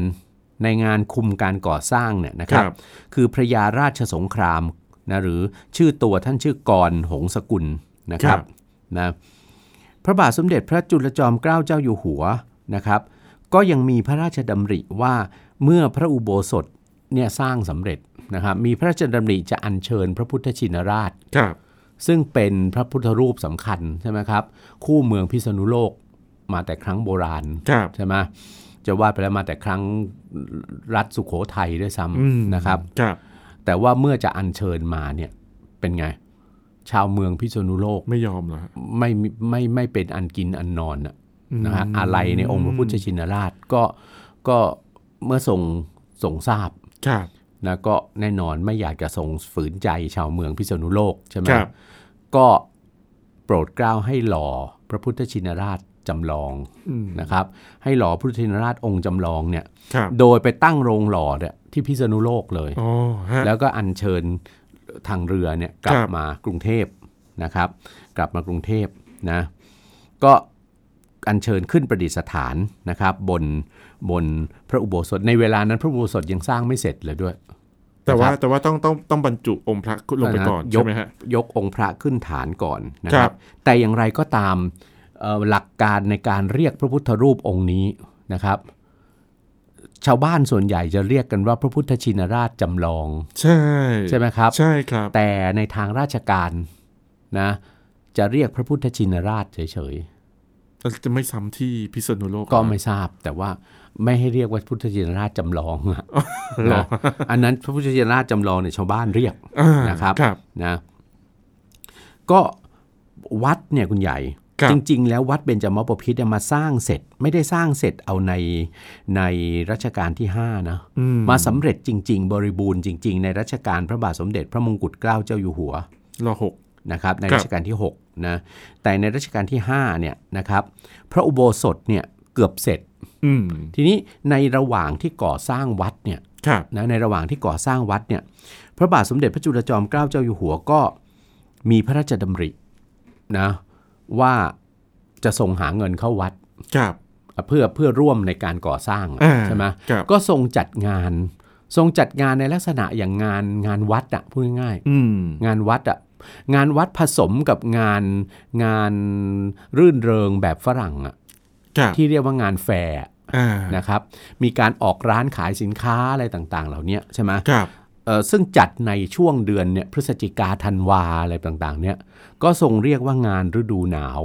[SPEAKER 2] ในายงานคุมการก่อสร้างเนี่ยนะครับ
[SPEAKER 1] ครับ
[SPEAKER 2] คือพระยาราชสงครามนะหรือชื่อตัวท่านชื่อกรหงสกุลนะครับนะพระบาทสมเด็จพระจุลจอมเกล้าเจ้าอยู่หัวนะครับ ก็ยังมีพระราชดำริว่าเมื่อพระอุโบสถเนี่ยสร้างสำเร็จนะครับมีพระราชดำริจะอัญเชิญพระพุทธชินราช
[SPEAKER 1] ครับ
[SPEAKER 2] ซึ่งเป็นพระพุทธรูปสำคัญใช่ไหมครับ คู่เมืองพิษณุโลกมาแต่ครั้งโบราณ
[SPEAKER 1] ครับ
[SPEAKER 2] ใช่ไหมจะว่าไปแล้วมาแต่ครั้งรัฐสุโขทัยด้วยซ้
[SPEAKER 1] อืม
[SPEAKER 2] ำนะครับ
[SPEAKER 1] ครับ
[SPEAKER 2] แต่ว่าเมื่อจะอัญเชิญมาเนี่ยเป็นไง ชาวเมืองพิษณุโลก
[SPEAKER 1] ไม่ยอมเหรอฮะ
[SPEAKER 2] ไม่ไมไม่ไม่เป็นอันกินอันนอนน่ะ
[SPEAKER 1] อืม
[SPEAKER 2] นะฮะอะไรในองค์พระพุทธชินราชก็ก็เมื่อทรงทรงทราบ
[SPEAKER 1] ครับ
[SPEAKER 2] นะก็แน่นอนไม่อยากจะทรงฝืนใจชาวเมืองพิษณุโลกใช่ไหม
[SPEAKER 1] ครับ
[SPEAKER 2] ก็โปรดเกล้าให้หล่อพระพุทธชินราชจำลอง
[SPEAKER 1] อืม
[SPEAKER 2] นะครับ ให้หล่อพระพุทธชินราชองค์จำลองเนี่ย
[SPEAKER 1] ครับ
[SPEAKER 2] โดยไปตั้งโรงหล่อเนี่ยที่พิษณุโลกเลย
[SPEAKER 1] อ๋อฮะ
[SPEAKER 2] แล้วก็อัญเชิญทางเรือเนี่ยกลั
[SPEAKER 1] ครับ บ
[SPEAKER 2] มากรุงเทพนะครับ กลับมากรุงเทพนะก็อัญเชิญขึ้นประดิษฐานนะครับบนบนพระอุโบสถในเวลานั้นพระอุโบสถยังสร้างไม่เสร็จเลยด้วย
[SPEAKER 1] แต่ว่า
[SPEAKER 2] นะครับ
[SPEAKER 1] แต่ว่าต้องต้องต้องบรรจุองค์พระลงไปก่อน
[SPEAKER 2] ย
[SPEAKER 1] ใช่
[SPEAKER 2] ก
[SPEAKER 1] ไหมฮะ
[SPEAKER 2] ยกองค์พระขึ้นฐานก่อนนะค
[SPEAKER 1] ครั
[SPEAKER 2] รับ
[SPEAKER 1] บ
[SPEAKER 2] แต่อย่างไรก็ตามเอ่อหลักการในการเรียกพระพุทธรูปองค์นี้นะครับ ชาวบ้านส่วนใหญ่จะเรียกกันว่าพระพุทธชินราชจำลอง
[SPEAKER 1] ใช่
[SPEAKER 2] ใช่ไหมครับ
[SPEAKER 1] ใช่ครับ
[SPEAKER 2] แต่ในทางราชการนะจะเรียกพระพุทธชินราชเฉย
[SPEAKER 1] แต่จะไม่ซ้ำที่พิษณุโลก
[SPEAKER 2] ๆ ก็ไม่ทราบ แต่ว่าไม่ให้เรียกว่าพุทธชินราชจำลองอะ
[SPEAKER 1] เหรอ
[SPEAKER 2] นะอันนั้นพระพุทธชินราชจำลองเนี่ยชาวบ้านเรียก
[SPEAKER 1] อ่า
[SPEAKER 2] นะครับ
[SPEAKER 1] ครับ
[SPEAKER 2] นะก็วัดเนี่ยคุณใหญ่
[SPEAKER 1] ครับ
[SPEAKER 2] จริง ๆ แล้ววัดเบญจมบพิตรเนี่ยมาสร้างเสร็จ ไม่ได้สร้างเสร็จเอาในในรัชกาลที่ 5 นะ
[SPEAKER 1] อืม
[SPEAKER 2] มาสำเร็จจริง ๆ บริบูรณ์จริง ๆ ในรัชกาลพระบาทสมเด็จพระมงกุฎเกล้าเจ้าอยู่หัว
[SPEAKER 1] รอหก
[SPEAKER 2] นะครับใน
[SPEAKER 1] ครับ
[SPEAKER 2] รัชกาลที่6นะแต่ในรัชกาลที่5เนี่ยนะครับพระอุโบสถเนี่ยเกือบเสร็จ
[SPEAKER 1] อืม
[SPEAKER 2] ทีนี้ในระหว่างที่ก่อสร้างวัดเนี่ย
[SPEAKER 1] ครับ
[SPEAKER 2] นะในระหว่างที่ก่อสร้างวัดเนี่ยพระบาทสมเด็จพระจุลจอมเกล้าเจ้าอยู่หัวก็มีพระราชดำรินะว่าจะส่งหาเงินเข้าวัด
[SPEAKER 1] ครับ
[SPEAKER 2] เพื่อเพื่อร่วมในการก่อสร้างอะ
[SPEAKER 1] อ่า
[SPEAKER 2] ใช่ไหม
[SPEAKER 1] ครับ
[SPEAKER 2] ก็ทรงจัดงาน ทรงจัดงานในลักษณะอย่างงานงานวัดอะพูดง่ายๆ
[SPEAKER 1] อืม
[SPEAKER 2] งานวัดอะงานวัดผสมกับงานงานรื่นเริงแบบฝรั่งอะ
[SPEAKER 1] ครับ
[SPEAKER 2] ที่เรียกว่างานแฟร์
[SPEAKER 1] อ่า
[SPEAKER 2] นะครับ มีการออกร้านขายสินค้าอะไรต่างๆ เหล่าเนี้ยใช่ไหม
[SPEAKER 1] ครับ
[SPEAKER 2] เอ่อซึ่งจัดในช่วงเดือนเนี่ยพฤศจิกาธันวาอะไรต่างๆ เนี่ย ก็ทรงเรียกว่างานฤดูหนาว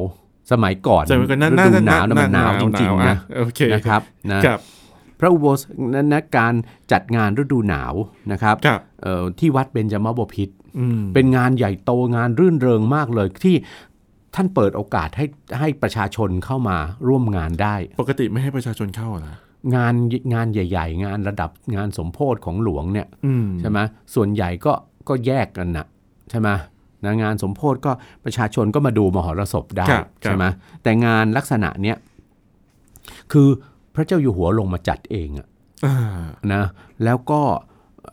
[SPEAKER 2] สมัยก่อน
[SPEAKER 1] จะเป็นกันน่า
[SPEAKER 2] ฤ
[SPEAKER 1] น่า
[SPEAKER 2] ดู
[SPEAKER 1] จะ
[SPEAKER 2] หนาวนะมันหนาวจริงๆ
[SPEAKER 1] อ่
[SPEAKER 2] นะ
[SPEAKER 1] โอเค
[SPEAKER 2] นะครับนะครับ พระอุโบสถนั้นนะการจัดงานฤดูหนาวนะครับ
[SPEAKER 1] ครับ
[SPEAKER 2] เอ่อที่วัดเบญจมบพิตร
[SPEAKER 1] อืม
[SPEAKER 2] เป็นงานใหญ่โตงานรื่นเริงมากเลยที่ท่านเปิดโอกาสให้ให้ประชาชนเข้ามาร่วมงานได้
[SPEAKER 1] ปกติไม่ให้ประชาชนเข้าเหรอ
[SPEAKER 2] งานงานใหญ่ ๆ งานระดับงานสมโพธิของหลวงเนี่ย
[SPEAKER 1] อืม
[SPEAKER 2] ใช่ไหมส่วนใหญ่ก็ก็แยกกันนะใช่ไหมนะงานสมโพธิก็ประชาชนก็มาดูมหรสพได้
[SPEAKER 1] ครับครับ
[SPEAKER 2] ใช่ไหมแต่งานลักษณะเนี้ยคือพระเจ้าอยู่หัวลงมาจัดเองอะ
[SPEAKER 1] อ่า
[SPEAKER 2] นะแล้วก็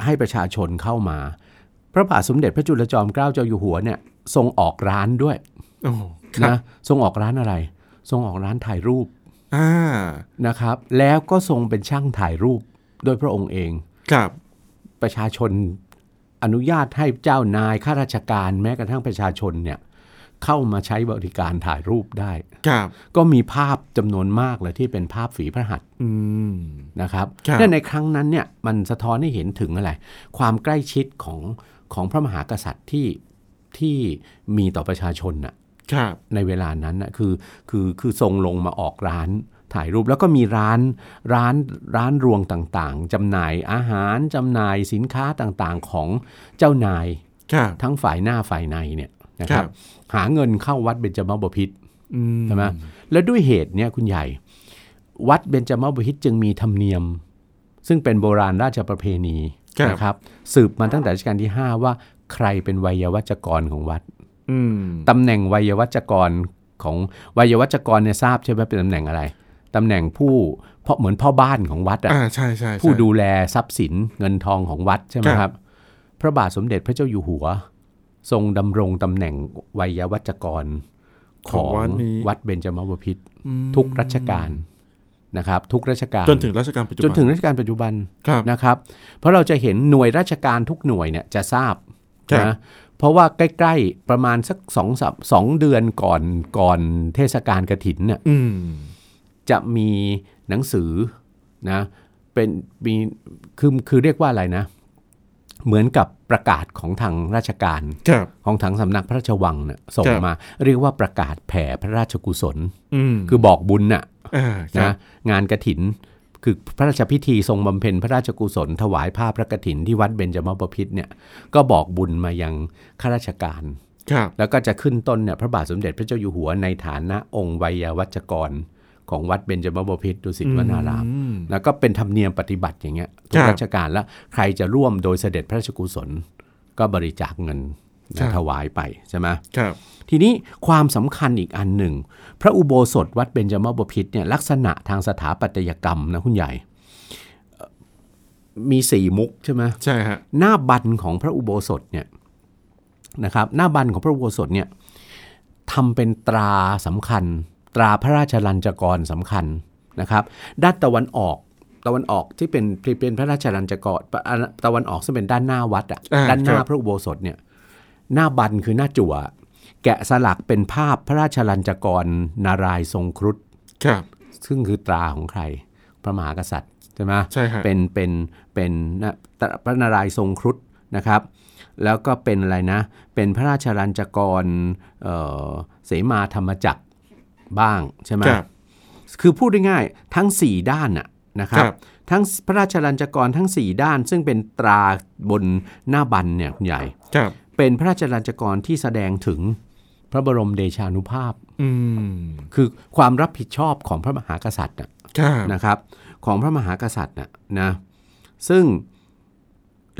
[SPEAKER 2] ให้ประชาชนเข้ามา พระบาทสมเด็จพระจุลจอมเกล้าเจ้าอยู่หัวเนี่ยทรงออกร้านด้วย
[SPEAKER 1] โอ้โหครับ
[SPEAKER 2] นะทรงออกร้านอะไรทรงออกร้านถ่ายรูป
[SPEAKER 1] อ่า
[SPEAKER 2] นะครับ แล้วก็ทรงเป็นช่างถ่ายรูปด้วยพระองค์เอง
[SPEAKER 1] ครับ
[SPEAKER 2] ประชาชนอนุญาตให้เจ้านายข้าราชการแม้กระทั่งประชาชนเนี่ยเข้ามาใช้บริการถ่ายรูปได้
[SPEAKER 1] ครับ
[SPEAKER 2] ก็มีภาพจำนวนมากเลยที่เป็นภาพฝีพระหัตถ์
[SPEAKER 1] อืม
[SPEAKER 2] นะครับ
[SPEAKER 1] ครับ
[SPEAKER 2] และในครั้งนั้นเนี่ยมันสะท้อนให้เห็นถึงอะไร ความใกล้ชิดของของพระมหากษัตริย์ที่ที่มีต่อประชาชนน่ะ
[SPEAKER 1] ครับ
[SPEAKER 2] ในเวลานั้นน่ะคือคือคือทรงลงมาออกร้านถ่ายรูปแล้วก็มีร้านร้านร้านรวงต่างๆจำหน่ายอาหารจำหน่ายสินค้าต่างๆของเจ้านาย
[SPEAKER 1] ครับ
[SPEAKER 2] ทั้งฝ่ายหน้าฝ่ายในเนี่ยนะครั
[SPEAKER 1] ครับ บ
[SPEAKER 2] หาเงินเข้าวัดเบญจมบพิตร
[SPEAKER 1] อืม
[SPEAKER 2] ใช่ไหมแล้วด้วยเหตุเนี่ยคุณใหญ่ วัดเบญจมาบพิตรจึงมีธรรมเนียม ซึ่งเป็นโบราณราชประเพณี
[SPEAKER 1] ครับ
[SPEAKER 2] นะครับ สืบมาตั้งแต่รัชกาลที่ 5 ว่าใครเป็นวัยวัจกรของวัด
[SPEAKER 1] อืม
[SPEAKER 2] ตำแหน่งวัยวัจกรของวัยวัจกรเนี่ยทราบใช่ไหมเป็นตำแหน่งอะไรตำแหน่งผู้เพราะเหมือนพ่อบ้านของวัดอะ
[SPEAKER 1] อ่าใช่ใช่ใช่
[SPEAKER 2] ผู้ดูแลทรัพย์สินเงินทองของวัดใช่ไหม
[SPEAKER 1] ค
[SPEAKER 2] ค
[SPEAKER 1] รั
[SPEAKER 2] รับ บ พระบาทสมเด็จพระเจ้าอยู่หัว ทรงดำรงตำแหน่งวัยวัจกรของ
[SPEAKER 1] วัดนี้
[SPEAKER 2] วัดเบญจมบพิตร
[SPEAKER 1] อืม
[SPEAKER 2] ทุกรัชกาลนะครับ ทุกรัชกาล
[SPEAKER 1] จนถึงรัชกาลปัจจุบั
[SPEAKER 2] จนถึงรัชกาลปัจจุบัน
[SPEAKER 1] ครับ
[SPEAKER 2] นะครับ เพราะเราจะเห็นหน่วยราชการทุกหน่วยเนี่ยจะทราบ
[SPEAKER 1] ครับ
[SPEAKER 2] นะเพราะว่าใกล้ๆประมาณสักสองสัปสองเดือนก่อนก่อนเทศกาลกระถินน่ะ
[SPEAKER 1] อืม
[SPEAKER 2] จะมีหนังสือนะเป็นมีคือคือเรียกว่าอะไรนะ เหมือนกับประกาศของทางราชการ
[SPEAKER 1] ครับ
[SPEAKER 2] ของทางสำนักพระราชวังน่ะส่ง
[SPEAKER 1] ครับ
[SPEAKER 2] มา เรียกว่าประกาศแผ่พระราชกุศล
[SPEAKER 1] อืม
[SPEAKER 2] คือบอกบุญน่ะ
[SPEAKER 1] อ่าครับ
[SPEAKER 2] นะงานกระถินคือพระราชพิธีทรงบำเพ็ญพระราชกุศล ถวายผ้าพระกฐินที่วัดเบญจมบพิตรเนี่ยก็บอกบุญมายังข้าราชการ
[SPEAKER 1] ครับ
[SPEAKER 2] แล้วก็จะขึ้นต้นเนี่ยพระบาทสมเด็จพระเจ้าอยู่หัวในฐานะองค์ไวยาวัจกร ของวัดเบญจมบพิตรดุสิตวนาราม
[SPEAKER 1] อืม
[SPEAKER 2] แล้วก็เป็นธรรมเนียมปฏิบัติอย่างเงี้ยทุ
[SPEAKER 1] ครั
[SPEAKER 2] ก
[SPEAKER 1] บ
[SPEAKER 2] ราชการแล้วใครจะร่วมโดยเสด็จพระราชกุศล ก็บริจาคเงิน
[SPEAKER 1] ครั
[SPEAKER 2] นะ
[SPEAKER 1] บ
[SPEAKER 2] ถวายไปใช่ไหม
[SPEAKER 1] ครับ
[SPEAKER 2] ทีนี้ความสำคัญอีกอันหนึ่ง พระอุโบสถวัดเบญจมบพิตรเนี่ยลักษณะทางสถาปัตยกรรมนะคุณใหญ่เอ่อมีสี่มุกใช่ไหม
[SPEAKER 1] ใช่ฮะ
[SPEAKER 2] หน้าบันของพระอุโบสถเนี่ยนะครับหน้าบันของพระอุโบสถเนี่ยทำเป็นตราสำคัญ ตราพระราชลัญจกรสำคัญนะครับ ด้านตะวันออกตะวันออกที่เป็นเป็นพระราชลัญจกรตะวันออกซึ่งเป็นด้านหน้าวัดอะ
[SPEAKER 1] อ่า
[SPEAKER 2] ด้านห
[SPEAKER 1] ค
[SPEAKER 2] น้า
[SPEAKER 1] รับ
[SPEAKER 2] พระอุโบสถเนี่ย หน้าบันคือหน้าจั่ว แกะสลักเป็นภาพพระราชลัญจกรนารายณ์ทรงครุฑ
[SPEAKER 1] ครับ
[SPEAKER 2] ซึ่งคือตราของใคร พระมหากษัตริย์ใช่ไหม
[SPEAKER 1] ใช่ฮะ
[SPEAKER 2] เป็นเป็นเป็นนะตราพระนารายณ์ทรงครุฑนะครับ แล้วก็เป็นอะไรนะ เป็นพระราชลัญจกรเอ่อเสมาธรรมจักรบ้างใช่ไหม
[SPEAKER 1] ครับ
[SPEAKER 2] คือพูดง่ายๆทั้ง 4 ด้านน่ะนะครับ
[SPEAKER 1] ครับ
[SPEAKER 2] ทั้งพระราชลัญจกรทั้ง 4 ด้าน ซึ่งเป็นตราบนหน้าบันเนี่ยคุณใหญ่
[SPEAKER 1] ครับ
[SPEAKER 2] เป็นพระราชลัญจกรที่แสดงถึงพระบรมเดชานุภาพ
[SPEAKER 1] อืม
[SPEAKER 2] คือความรับผิดชอบของพระมหากษัตริย์น่ะ
[SPEAKER 1] ครับ
[SPEAKER 2] นะครับ ของพระมหากษัตริย์นะนะซึ่ง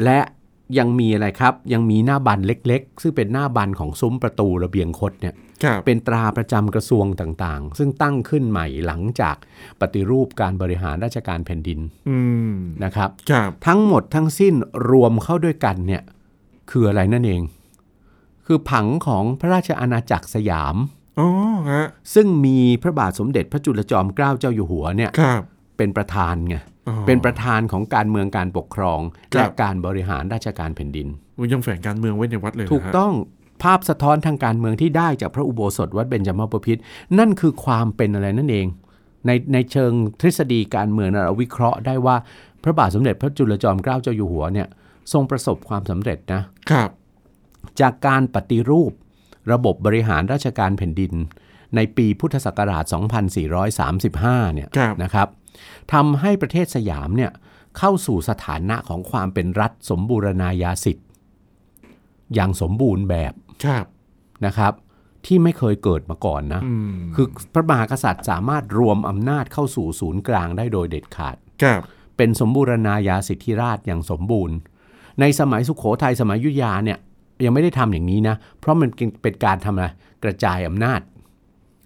[SPEAKER 2] และยังมีอะไรครับ ยังมีหน้าบันเล็กๆ ซึ่งเป็นหน้าบันของซุ้มประตูระเบียงคดเนี่ย
[SPEAKER 1] ครับ
[SPEAKER 2] เป็นตราประจำกระทรวงต่างๆ ซึ่งตั้งขึ้นใหม่หลังจากปฏิรูปการบริหารราชการแผ่นดิน
[SPEAKER 1] อืม
[SPEAKER 2] นะครับ
[SPEAKER 1] ครับ
[SPEAKER 2] ทั้งหมดทั้งสิ้นรวมเข้าด้วยกันเนี่ยคืออะไรนั่นเอง คือผังของพระราชอาณาจักรสยาม
[SPEAKER 1] อ๋อฮะ
[SPEAKER 2] ซึ่งมีพระบาทสมเด็จพระจุลจอมเกล้าเจ้าอยู่หัวเนี่ย
[SPEAKER 1] ครับ
[SPEAKER 2] เป็นประธานไง
[SPEAKER 1] อ๋อ
[SPEAKER 2] เป็นประธานของการเมืองการปกครอง
[SPEAKER 1] ครั
[SPEAKER 2] และ
[SPEAKER 1] บ
[SPEAKER 2] การบริหารราชการแผ่นดิน
[SPEAKER 1] มันยังแฝงการเมืองไว้ในวัดเลยนะฮะ
[SPEAKER 2] ถูกต้องภาพสะท้อนทางการเมืองที่ได้จากพระอุโบสถวัดเบญจมบพิตรนั่นคือความเป็นอะไรนั่นเอง ในในเชิงทฤษฎีการเมืองนะเราวิเคราะห์ได้ว่าพระบาทสมเด็จพระจุลจอมเกล้าเจ้าอยู่หัวเนี่ย ทรงประสบความสำเร็จนะ
[SPEAKER 1] ครับ
[SPEAKER 2] จากการปฏิรูประบบบริหารราชการแผ่นดิน ในปีพุทธศักราช 2435 เนี่ย
[SPEAKER 1] ครับ
[SPEAKER 2] นะครับทำให้ประเทศสยามเนี่ยเข้าสู่สถานะของความเป็นรัฐสมบูรณาญาสิทธิ์ อย่างสมบูรณ์แบบ
[SPEAKER 1] ครับ
[SPEAKER 2] นะครับ ที่ไม่เคยเกิดมาก่อนนะ
[SPEAKER 1] อืม
[SPEAKER 2] คือพระมหากษัตริย์สามารถรวมอำนาจเข้าสู่ศูนย์กลางได้โดยเด็ดขาด
[SPEAKER 1] ครับ
[SPEAKER 2] เป็นสมบูรณาญาสิทธิราชย์อย่างสมบูรณ์ ในสมัยสุขโขทัยสมัยอยุธยาเนี่ยยังไม่ได้ทำอย่างนี้นะ เพราะมันเป็นเป็นการทำอะไรกระจายอำนาจ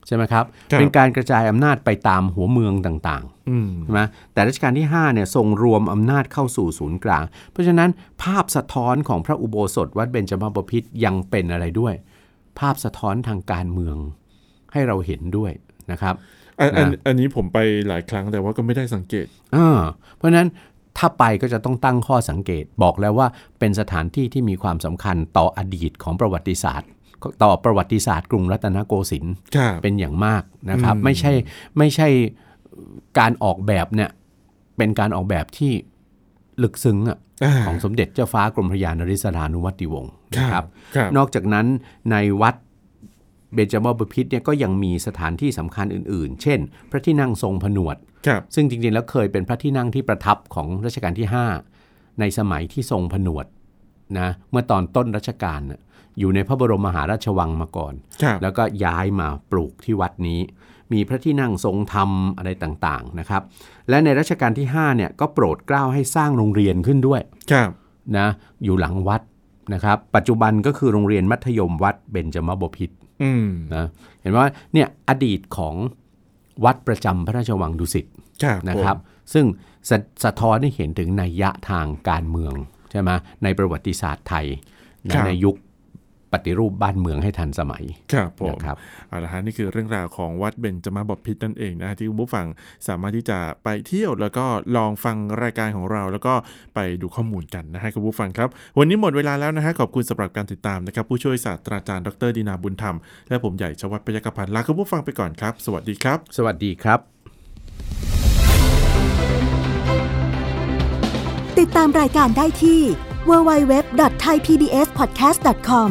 [SPEAKER 2] ใช่ไหมครับ เป็นการกระจายอำนาจไปตามหัวเมืองต่าง
[SPEAKER 1] อืม
[SPEAKER 2] ๆใช่ไหมแต่รัชกาลที่5เนี่ยทรงรวมอำนาจเข้าสู่ศูนย์กลาง เพราะฉะนั้นภาพสะท้อนของพระอุโบสถวัดเบญจมาบพิตรยังเป็นอะไรด้วย ภาพสะท้อนทางการเมืองให้เราเห็นด้วยนะครับ
[SPEAKER 1] อันอัน
[SPEAKER 2] นะ
[SPEAKER 1] อันนี้ผมไปหลายครั้งแต่ว่าก็ไม่ได้สังเกต
[SPEAKER 2] อ่าเพราะฉะนั้นถ้าไปก็จะต้องตั้งข้อสังเกตบอกแล้วว่าเป็นสถานที่ที่มีความสำคัญต่ออดีตของประวัติศาสตร์ ต่อประวัติศาสตร์กรุงรัตนโกสินทร์
[SPEAKER 1] ครับ
[SPEAKER 2] เป็นอย่างมากนะครับ
[SPEAKER 1] อืม
[SPEAKER 2] ไม่ใช่ไม่ใช่การออกแบบเนี่ยเป็นการออกแบบที่ลึกซึ้งอะ
[SPEAKER 1] อ่า
[SPEAKER 2] ของสมเด็จเจ้าฟ้ากรมพระยานริศรานุวัติวงศ์นะค
[SPEAKER 1] ครั
[SPEAKER 2] รั
[SPEAKER 1] บบ ครับ
[SPEAKER 2] นอกจากนั้นในวัดเบญจมาบพิตรเนี่ยก็ยังมีสถานที่สำคัญอื่น ๆ เช่น พระที่นั่งทรงผนวด
[SPEAKER 1] ครับ
[SPEAKER 2] ซึ่งจริงๆ แล้วเคยเป็นพระที่นั่งที่ประทับของรัชกาลที่ 5 ในสมัยที่ทรงผนวดนะเมื่อตอนต้นรัชกาลน่ะอยู่ในพระบรมมหาราชวังมาก่อน
[SPEAKER 1] ครับ
[SPEAKER 2] แล้วก็ย้ายมาปลูกที่วัดนี้ มีพระที่นั่งทรงธรรมอะไรต่างๆนะครับ และในรัชกาลที่5เนี่ยก็โปรดเกล้าให้สร้างโรงเรียนขึ้นด้วย
[SPEAKER 1] ครับ
[SPEAKER 2] นะอยู่หลังวัดนะครับ ปัจจุบันก็คือโรงเรียนมัธยมวัดเบญจมบพิตร
[SPEAKER 1] อืม
[SPEAKER 2] นะเห็นไหมว่าเนี่ยอดีตของวัดประจำพระราชวังดุสิต
[SPEAKER 1] ครับ
[SPEAKER 2] นะครับ ซึ่งสะสะท้อนให้เห็นถึงนัยยะทางการเมืองใช่ไหมในประวัติศาสตร์ไทยนะในยุคปฏิรูปบ้านเมืองให้ทันสมัย
[SPEAKER 1] ครับผม
[SPEAKER 2] นะครับ
[SPEAKER 1] เอาละฮะนี่คือเรื่องราวของวัดเบญจมาบพิตรนั่นเองนะฮะที่คุณผู้ฟังสามารถที่จะไปเที่ยวแล้วก็ลองฟังรายการของเรา แล้วก็ไปดูข้อมูลกันนะฮะคุณผู้ฟังครับ วันนี้หมดเวลาแล้วนะฮะขอบคุณสำหรับการติดตามนะครับ ผู้ช่วยศาสตราจารย์ดรดินาบุญธรรม และผมใหญ่ชวัฒน์พยกพันธ์ลาคุณผู้ฟังไปก่อนครับ สวัสดีครับ
[SPEAKER 2] สวัสดีครับ
[SPEAKER 3] ติดตามรายการได้ที่ www.thaipbspodcast.com